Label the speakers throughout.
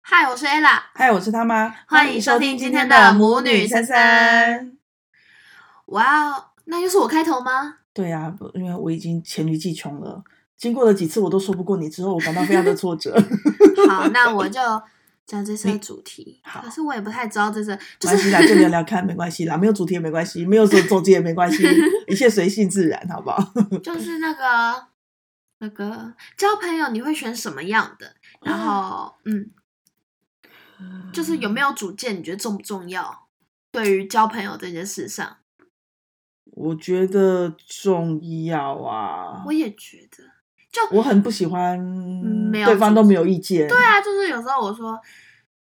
Speaker 1: 嗨，我是 Ella，
Speaker 2: 嗨，我是他妈，
Speaker 1: 欢迎收听今天的母女三三。哇哦，那又是我开头 吗？
Speaker 2: 对啊，因为我已经黔驴技穷了，经过了几次我都说不过你，之后我感到非常的挫 折。
Speaker 1: 好，那我就讲这次的主题。
Speaker 2: 好
Speaker 1: 可是我也不太知道这次，
Speaker 2: 没
Speaker 1: 就
Speaker 2: 关系
Speaker 1: 是
Speaker 2: 啦，就聊聊看，没关系啦，没有主题也没关系，没有总总结也没 关系，一切随性自然，好不好？嗯
Speaker 1: 就是那个那个交朋友，你会选什么样的？然
Speaker 2: 啊
Speaker 1: 后，嗯，就是有没有主见，你觉得重不重要？对于交朋友这件事上，
Speaker 2: 我觉得重要啊
Speaker 1: 我，也觉得。
Speaker 2: 我很不喜欢
Speaker 1: 没有
Speaker 2: 对方
Speaker 1: 主
Speaker 2: 都没有意见，
Speaker 1: 对啊，就是有时候我说，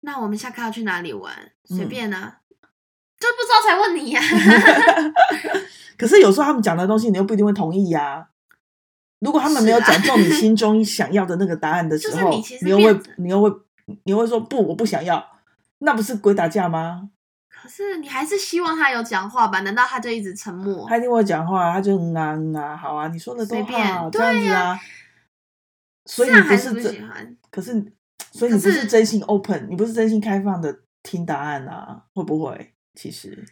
Speaker 1: 那我们下课要去哪里玩？随
Speaker 2: 嗯便
Speaker 1: 便啊，就不知道才问你呀、
Speaker 2: 可是有时候他们讲的东西，你又不一定会同意呀、如果他们没有
Speaker 1: 是啊
Speaker 2: 讲中你心中想要的那个答案的时 候，
Speaker 1: 就是你其实
Speaker 2: 又
Speaker 1: 变
Speaker 2: 会你又会你又会说不，我不想要，那不是鬼打架吗？
Speaker 1: 可是你还是希望他有讲话吧？难道他就一直沉默？
Speaker 2: 他一定会讲话，他就嗯啊嗯啊，好啊，你说的都
Speaker 1: 随
Speaker 2: 好，
Speaker 1: 便
Speaker 2: 这样
Speaker 1: 对
Speaker 2: 子
Speaker 1: 呀
Speaker 2: 啊。所以
Speaker 1: 这
Speaker 2: 你
Speaker 1: 样还是
Speaker 2: 是
Speaker 1: 不
Speaker 2: 真
Speaker 1: 喜，欢。
Speaker 2: 可是所以你
Speaker 1: 可是
Speaker 2: 不是真心 open，你不是真心开放的听答案啊？会不会？其实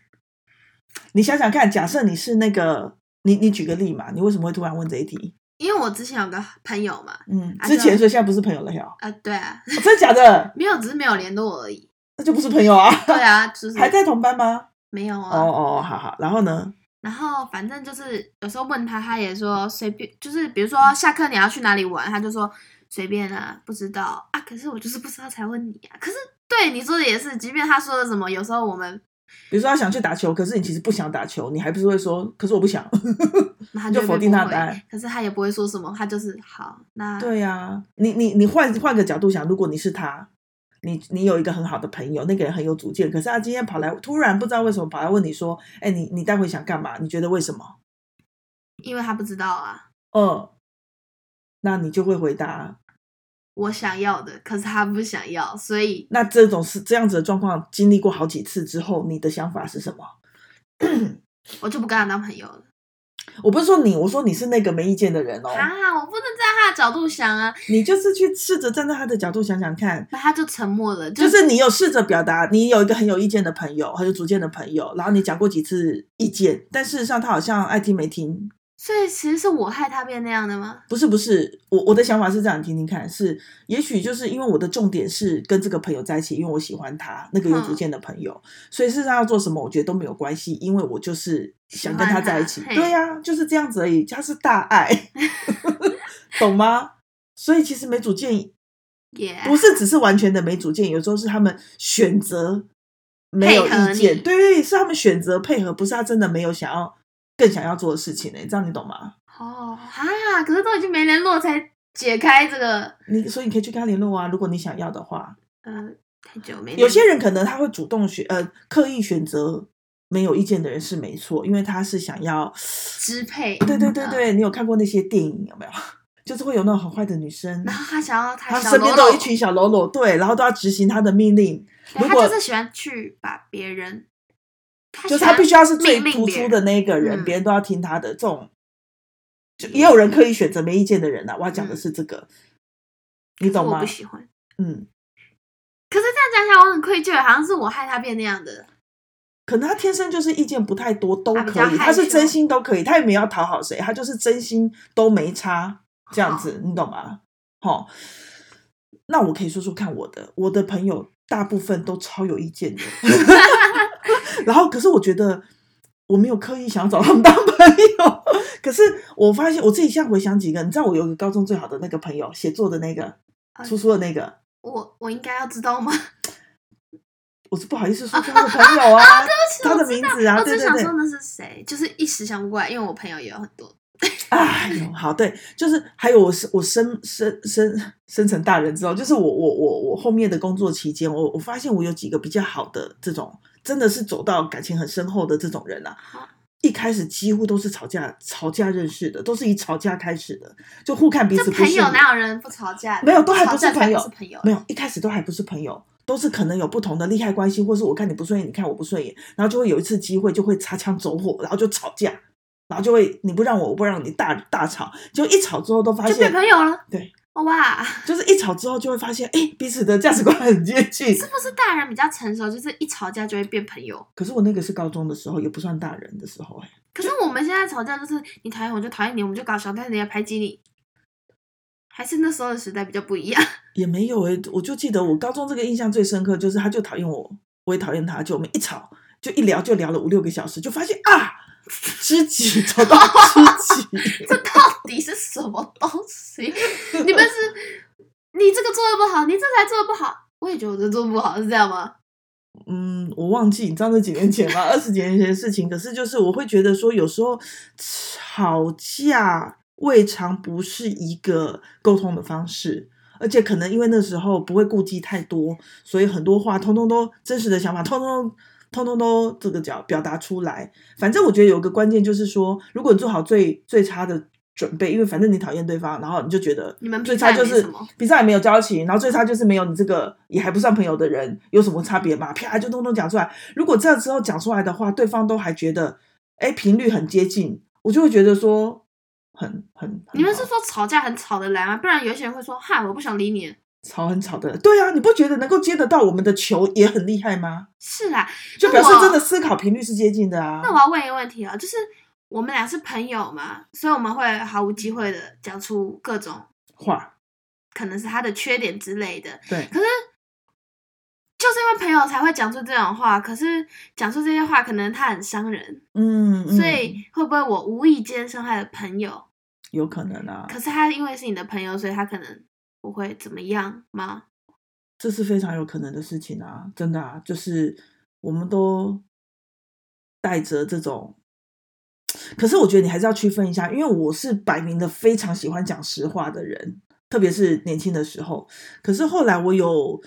Speaker 2: 你想想看，假设你是那个你你举个例嘛，你为什么会突然问这一题？
Speaker 1: 因为我之前有个朋友嘛，
Speaker 2: 嗯，
Speaker 1: 啊
Speaker 2: 之
Speaker 1: 就
Speaker 2: 前所以现在不是朋友了哟。
Speaker 1: 啊，对啊，
Speaker 2: 哦真的假的？
Speaker 1: 没有，只是没有联络而已。
Speaker 2: 那就不是朋友啊，
Speaker 1: 对啊，就是
Speaker 2: 还在同班吗？
Speaker 1: 没有
Speaker 2: 哦
Speaker 1: 啊。
Speaker 2: 哦，好好，然后呢？
Speaker 1: 然后反正就是有时候问他，他也说随便，就是比如说下课你要去哪里玩，他就说随便啊，不知道啊。可是我就是不知道才问你啊。可是对你说的也是，即便他说的什么，有时候我们
Speaker 2: 比如说他想去打球，可是你其实不想打球，你还不是会说，可是我 不想。
Speaker 1: 那他
Speaker 2: 就
Speaker 1: 会
Speaker 2: 否
Speaker 1: 被
Speaker 2: 定
Speaker 1: 驳
Speaker 2: 他的
Speaker 1: 回
Speaker 2: 答案。
Speaker 1: 可是他也不会说什么，他就是好那
Speaker 2: 对呀、你你你换换个角度想，如果你是他，你你有一个很好的朋友，那个人很有主见，可是他今天跑来，突然不知道为什么跑来问你说，哎，你你待会想干嘛？你觉得为什么？
Speaker 1: 因为他不知道啊，
Speaker 2: 嗯，那你就会回答，
Speaker 1: 我想要的，可是他不想要，所以
Speaker 2: 那这种是这样子的状况，经历过好几次之后，你的想法是什么？
Speaker 1: 我就不跟他当朋友了。
Speaker 2: 我不是说你，我说你是那个没意见的人哦。
Speaker 1: 啊，我不能站在他的角度想啊，
Speaker 2: 你就是去试着站在他的角度想想看，
Speaker 1: 那他就沉默了，就
Speaker 2: 就是你有试着表达，你有一个很有意见的朋友，很有主见的朋友，然后你讲过几次意见，但事实上他好像爱听没听。
Speaker 1: 所以其实是我害他变那样的吗？
Speaker 2: 不是不是，我我的想法是这样，你听听看，是也许就是因为我的重点是跟这个朋友在一起，因为我喜欢他那个有主见的朋友，所以事实上要做什么，我觉得都没有关系，因为我就是想跟他在一起
Speaker 1: 喜。欢他嘿
Speaker 2: 对呀、就是这样子而已，他是大 爱， 懂吗？所以其实没主见
Speaker 1: 也、
Speaker 2: 不是只是完全的没主见，有时候是他们选择没有
Speaker 1: 配合
Speaker 2: 意见，
Speaker 1: 你
Speaker 2: 对，是他们选择配合，不是他真的没有想要更想要做的事情呢、这样你懂吗？
Speaker 1: 哦啊，可是都已经没联络才解开这个，
Speaker 2: 你所以你可以去跟他联络啊，如果你想要的话。
Speaker 1: 呃，太久没联
Speaker 2: 有些
Speaker 1: 络
Speaker 2: 人可能他会主动选，呃，刻意选择没有意见的人是没错，因为他是想要，
Speaker 1: 支配，
Speaker 2: 对对对
Speaker 1: 嗯，
Speaker 2: 对，你有看过那些电影有没 有？就是会有那种很坏的女生，
Speaker 1: 然后他想要他
Speaker 2: 她
Speaker 1: 小
Speaker 2: 身边
Speaker 1: 喽
Speaker 2: 都有
Speaker 1: 啰
Speaker 2: 一群小喽啰，对，然后都要执行她的命令，
Speaker 1: 对
Speaker 2: 如
Speaker 1: 他
Speaker 2: 果
Speaker 1: 就是喜欢去把别人，
Speaker 2: 就是
Speaker 1: 喜
Speaker 2: 他
Speaker 1: 欢
Speaker 2: 必须要是最
Speaker 1: 命令
Speaker 2: 突
Speaker 1: 别
Speaker 2: 出
Speaker 1: 人
Speaker 2: 的那一个人，
Speaker 1: 嗯
Speaker 2: 别人都要听他的。这种，就也有人刻意选择没意见的人啊。我要讲的
Speaker 1: 嗯
Speaker 2: 是这个，你懂
Speaker 1: 我
Speaker 2: 吗
Speaker 1: 不？喜欢。
Speaker 2: 嗯，
Speaker 1: 可是这样讲起来，我很愧疚，好像是我害他变那样的。
Speaker 2: 可能他天生就是意见不太多，都
Speaker 1: 他比
Speaker 2: 可
Speaker 1: 较
Speaker 2: 以，
Speaker 1: 害
Speaker 2: 他是真
Speaker 1: 羞
Speaker 2: 心都可以，他也没有要讨好谁，他就是真心都没差这样
Speaker 1: 好
Speaker 2: 子，你懂吗？好、那我可以说说看我的，我的朋友大部分都超有 意见的，然后可是我觉得我没有刻意想要找他们当朋友，可是我发现我自己现在回想几个，你知道我有一个高中最好的那个朋友，写作的那个，
Speaker 1: 啊
Speaker 2: 出书的那个，
Speaker 1: 我我应该要知道吗？
Speaker 2: 我是不好意思说出他的朋 友啊，他的名字啊，
Speaker 1: 我
Speaker 2: 对
Speaker 1: 只
Speaker 2: 对
Speaker 1: 想
Speaker 2: 对
Speaker 1: 哦说，那是谁，就是一时想不过来，因为我朋友也有很多。
Speaker 2: 哎呦，好对，就是还有我是我生生生生成大人之后，就是我我我我后面的工作期间，我我发现我有几个比较好的这种，真的是走到感情很深厚的这种人啊
Speaker 1: 好。
Speaker 2: 一开始几乎都是吵架吵架认识的，都是以吵架开始的，就互看彼
Speaker 1: 这
Speaker 2: 此不
Speaker 1: 朋
Speaker 2: 是
Speaker 1: 友哪有人不吵架的？
Speaker 2: 没有都还不
Speaker 1: 吵架
Speaker 2: 是
Speaker 1: 才
Speaker 2: 朋友
Speaker 1: 是朋友。
Speaker 2: 没有一开始都还不是朋友，都是可能有不同的利害关系，或是我看你不顺眼，你看我不顺眼，然后就会有一次机会就会擦枪走火，然后就吵架，然后就会你不让我，我不让你大大吵，就一吵之后都发
Speaker 1: 就变
Speaker 2: 现
Speaker 1: 朋友了。
Speaker 2: 对，
Speaker 1: 哦哇，
Speaker 2: 就是一吵之后就会发现，哎、彼此的价值观很接近。
Speaker 1: 是不是大人比较成熟，就是一吵架就会变朋友？
Speaker 2: 可是我那个是高中的时候，也不算大人的时候、哎，
Speaker 1: 可是我们现在吵架就是你讨厌我就讨厌你，我们就搞小太人家排挤你，还是那时候的时代比较不一样。
Speaker 2: 也没有哎、我就记得我高中这个印象最深刻，就是他就讨厌我，我也讨厌他，就我们一吵就一聊就聊了五六个小时，就发现啊，知己找到知己。
Speaker 1: 这到底是什么东西？你们是你这个做的不好，你这才做的不好，我也觉得我这做得不好，是这样吗？
Speaker 2: 嗯，我忘记，你知道那几年前吗？二十几年前的事情。可是就是我会觉得说，有时候吵架未尝不是一个沟通的方式，而且可能因为那时候不会顾忌太多，所以很多话通通都真实的想法，通通通通都这个叫表达出来。反正我觉得有个关键就是说，如果你做好最最差的。准备，因为反正你讨厌对方，然后你就觉得
Speaker 1: 你们
Speaker 2: 最
Speaker 1: 比
Speaker 2: 差
Speaker 1: 赛
Speaker 2: 就
Speaker 1: 没
Speaker 2: 是
Speaker 1: 什么
Speaker 2: 比赛也没有交情，然后最差就是没有你这个也还不算朋友的人有什么差别嘛？啪就通通讲出来。如果这时候讲出来的话，对方都还觉得哎频率很接近，我就会觉得说很很很
Speaker 1: 你们
Speaker 2: 好
Speaker 1: 是说吵架很吵得来吗？不然有一些人会说，哈，我不想理你。
Speaker 2: 吵很吵的人，对啊，你不觉得能够接得到我们的球也很厉害吗？
Speaker 1: 是啦，
Speaker 2: 就
Speaker 1: 那
Speaker 2: 表示
Speaker 1: 我
Speaker 2: 真的思考频率是接近的啊
Speaker 1: 那。我要问一个问题啊，就是我们俩是朋友嘛，所以我们会毫无机会的讲出各种
Speaker 2: 话
Speaker 1: 可能是他的缺点之类的。
Speaker 2: 对，
Speaker 1: 可是就是因为朋友才会讲出这种话，可是讲出这些话，可能他很伤人，
Speaker 2: 嗯，嗯
Speaker 1: 所以会不会我无意间伤害了朋友？
Speaker 2: 有可能啊，
Speaker 1: 可是他因为是你的朋友，所以他可能不会怎么样吗？
Speaker 2: 这是非常有可能的事情啊，真的啊，就是我们都带着这种。可是我觉得你还是要区分一下，因为我是摆明的非常喜欢讲实话的人，特别是年轻的时候。可是后来我有，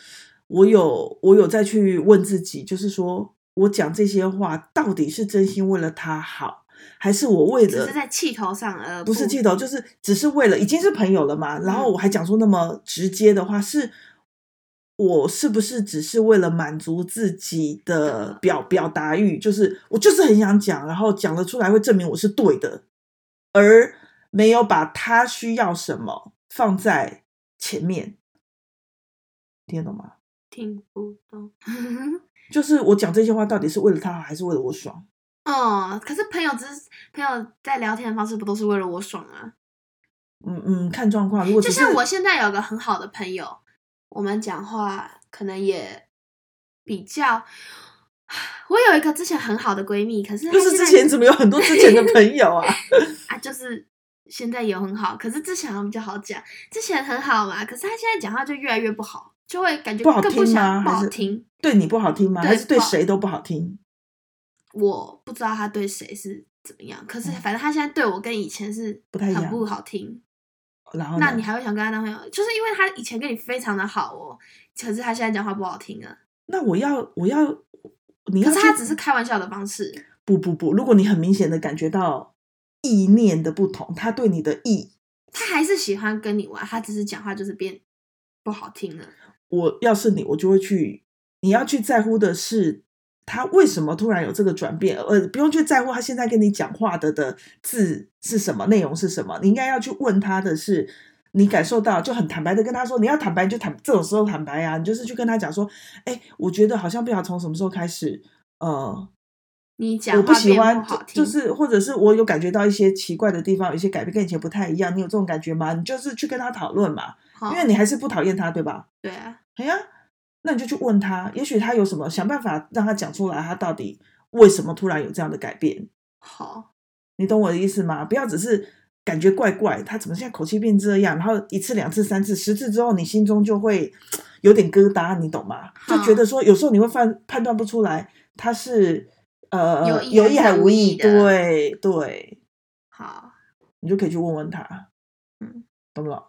Speaker 2: 我有，我有再去问自己，就是说我讲这些话到底是真心为了他好，还是我为
Speaker 1: 只
Speaker 2: 了
Speaker 1: 是在气头上而
Speaker 2: 不是气头，就是只是为了已经是朋友了嘛。
Speaker 1: 嗯
Speaker 2: 然后我还讲出那么直接的话，是我是不是只是为了满足自己的
Speaker 1: 的
Speaker 2: 表表达欲？就是我就是很想讲，然后讲了出来会证明我是对的，而没有把他需要什么放在前面，听得懂吗？
Speaker 1: 听不懂。
Speaker 2: 就是我讲这些话到底是为了他好，还是为了我爽？
Speaker 1: 哦，可是朋友只是朋友在聊天的方式，不都是为了我爽啊？
Speaker 2: 嗯嗯，看状况。如果
Speaker 1: 就
Speaker 2: 只是
Speaker 1: 像我现在有个很好的朋友，我们讲话可能也比较。 我有一个之前很好的闺蜜，可是她
Speaker 2: 就是
Speaker 1: 现
Speaker 2: 之
Speaker 1: 在
Speaker 2: 前怎么有很多之前的朋友啊？
Speaker 1: 啊，就是现在也很好，可是之前好像比较好讲，之前很好嘛，可是她现在讲话就越来越不好，就会感觉
Speaker 2: 不好
Speaker 1: 更不
Speaker 2: 听吗
Speaker 1: 想不
Speaker 2: 还
Speaker 1: 好
Speaker 2: 是
Speaker 1: 听。
Speaker 2: 对你不好听吗？
Speaker 1: 对
Speaker 2: 还是对
Speaker 1: 不好
Speaker 2: 谁都不好听？
Speaker 1: 我不知道她对谁是怎么样，可是
Speaker 2: 嗯
Speaker 1: 反正她现在对我跟以前是
Speaker 2: 不太一
Speaker 1: 很
Speaker 2: 样
Speaker 1: 不好听。
Speaker 2: 然后呢
Speaker 1: 那你还会想跟他当朋友？就是因为他以前跟你非常的好哦，可是他现在讲话不好听啊。
Speaker 2: 那我要我要你
Speaker 1: 可
Speaker 2: 要
Speaker 1: 是
Speaker 2: 去
Speaker 1: 他只是开玩笑的方式，
Speaker 2: 不不不，如果你很明显的感觉到意念的不同，他对你的意，
Speaker 1: 他还是喜欢跟你玩，他只是讲话就是变不好听了。
Speaker 2: 我要是你，我就会去，你要去在乎的是。他为什么突然有这个转变？呃，不用去在乎他现在跟你讲话的的字是什么，内容是什么。你应该要去问他的是，你感受到就很坦白的跟他说，你要坦白就坦，这种时候坦白啊，你就是去跟他讲说，哎，我觉得好像不晓得从什么时候开始，呃，
Speaker 1: 你
Speaker 2: 我
Speaker 1: 讲
Speaker 2: 不
Speaker 1: 话
Speaker 2: 喜
Speaker 1: 变
Speaker 2: 欢
Speaker 1: 好听，
Speaker 2: 就就是或者是我有感觉到一些奇怪的地方，有一些改变跟以前不太一样，你有这种感觉吗？你就是去跟他讨论嘛，
Speaker 1: 好
Speaker 2: 因为你还是不讨厌他，对吧？
Speaker 1: 对啊，
Speaker 2: 哎呀，那你就去问他，也许他有什么想办法让他讲出来，他到底为什么突然有这样的改变？
Speaker 1: 好
Speaker 2: 你懂我的意思吗？不要只是感觉怪怪，他怎么现在口气变这样？然后一次、两次、三次、十次之后，你心中就会有点疙瘩，你懂吗？就觉得说，有时候你会判判断不出来他是呃
Speaker 1: 有意
Speaker 2: 有
Speaker 1: 还是
Speaker 2: 还
Speaker 1: 无
Speaker 2: 无
Speaker 1: 意
Speaker 2: 意，
Speaker 1: 的
Speaker 2: 对对，
Speaker 1: 好。
Speaker 2: 你就可以去问问他，
Speaker 1: 嗯，
Speaker 2: 懂不懂？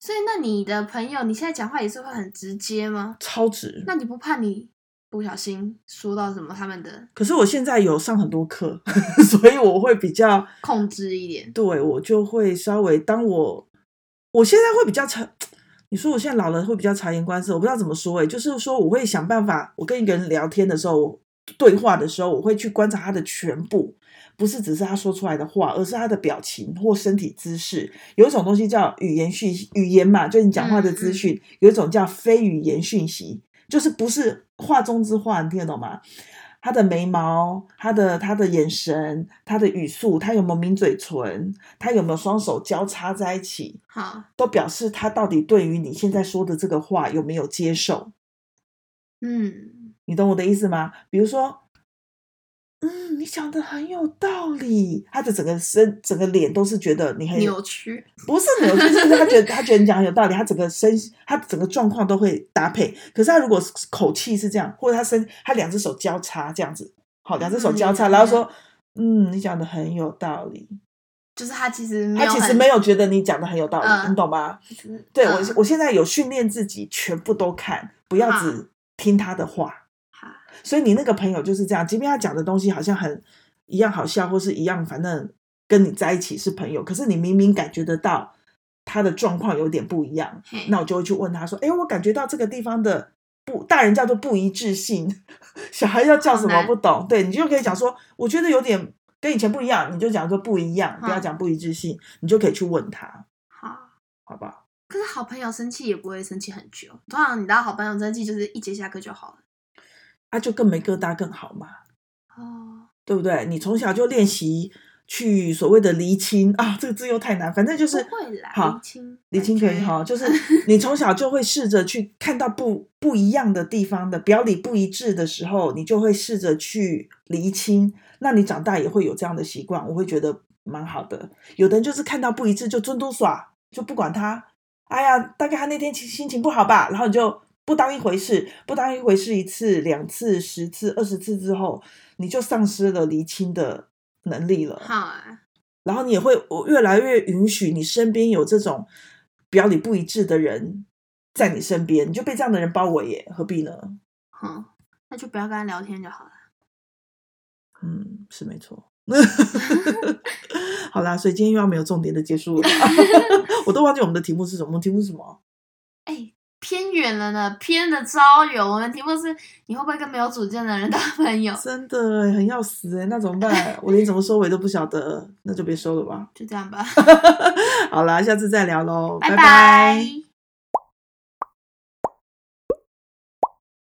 Speaker 1: 所以那你的朋友，你现在讲话也是会很直接吗？
Speaker 2: 超值。
Speaker 1: 那你不怕你不小心说到什么他们的
Speaker 2: 可是我现在有上很多课， 所以我会比较
Speaker 1: 控制一点？
Speaker 2: 对我就会稍微，当我我现在会比较察，你说我现在老了会比较察言观色，我不知道怎么说诶、就是说我会想办法，我跟一个人聊天的时候，对话的时候，我会去观察他的全部，不是只是他说出来的话，而是他的表情或身体姿势。有一种东西叫语言讯语言嘛，就是你讲话的资讯；有一种叫非语言讯息，就是不是话中之话，你听得懂吗？他的眉毛，他的他的眼神，他的语速，他有没有抿嘴唇，他有没有双手交叉在一起，
Speaker 1: 好，
Speaker 2: 都表示他到底对于你现在说的这个话有没有接受，
Speaker 1: 嗯，
Speaker 2: 你懂我的意思吗？比如说，嗯，你讲的很有道理，他的整个身、整个脸都是觉得你很有，
Speaker 1: 扭曲，
Speaker 2: 不是 扭曲，就是他觉得他觉得你讲很有道理，他整个身、他整个状况都会搭配。可是他如果是口气是这样，或者他身、他两只手交叉这样子，好，两只手
Speaker 1: 嗯
Speaker 2: 交叉，
Speaker 1: 嗯
Speaker 2: 然后说，嗯，你讲的很有道理，
Speaker 1: 就是他其实没
Speaker 2: 他
Speaker 1: 有
Speaker 2: 其实
Speaker 1: 很
Speaker 2: 没有觉得你讲的很有道理，
Speaker 1: 嗯
Speaker 2: 你懂吗？
Speaker 1: 嗯
Speaker 2: 对我，我现在有训练自己全部都看，不要
Speaker 1: 啊
Speaker 2: 只听他的话。
Speaker 1: 好
Speaker 2: 所以你那个朋友就是这样，即便他讲的东西好像很一样好笑，或是一样，反正跟你在一起是朋友，可是你明明感觉得到他的状况有点不一样，
Speaker 1: 嘿
Speaker 2: 那我就会去问他说：“哎，我感觉到这个地方的不，大人叫做不一致性， 小孩要叫什
Speaker 1: 好
Speaker 2: 么
Speaker 1: 难
Speaker 2: 不懂。”对你就可以讲说：“我觉得有点跟以前不一样。”你就讲说不一样，不要
Speaker 1: 嗯
Speaker 2: 讲不一致性，你就可以去问他，
Speaker 1: 好。
Speaker 2: 好不好？
Speaker 1: 可是好朋友生气也不会生气很久，通常你知道好朋友生气就是一节下课就好了。
Speaker 2: 啊，就更没疙瘩更好嘛。
Speaker 1: 哦，
Speaker 2: 对不对？你从小就练习去所谓的厘清啊，这个字又太难，反正就
Speaker 1: 不
Speaker 2: 是
Speaker 1: 会啦，
Speaker 2: 好
Speaker 1: 厘清
Speaker 2: 厘清可以
Speaker 1: 感觉
Speaker 2: 哈，就是你从小就会试着去看到不不一样的地方的表里不一致的时候，你就会试着去厘清。那你长大也会有这样的习惯，我会觉得蛮好的。有的人就是看到不一致就尊嘟耍，就不管他。哎呀，大概他那天心心情不好吧，然后你就不当一回事，不当一回事一次、两次、十次、二十次之后，你就丧失了厘清的能力了。
Speaker 1: 好啊，
Speaker 2: 然后你也会我越来越允许你身边有这种表里不一致的人在你身边，你就被这样的人包围耶，何必呢？
Speaker 1: 嗯，那就不要跟他聊天就好了。
Speaker 2: 嗯，是没错。 好啦，所以今天又要没有重点的结束了， 我都忘记我们的题目是什么，我们题目是什么？
Speaker 1: 哎，偏远了呢，偏的招远。我们题目是你会不会跟没有主见的人当朋友？
Speaker 2: 真的耶很要死哎，那怎么办？我连怎么收尾都不晓得，那就别收了吧。
Speaker 1: 就这样吧，
Speaker 2: 好啦，下次再聊喽，
Speaker 1: 拜
Speaker 2: 拜
Speaker 1: 拜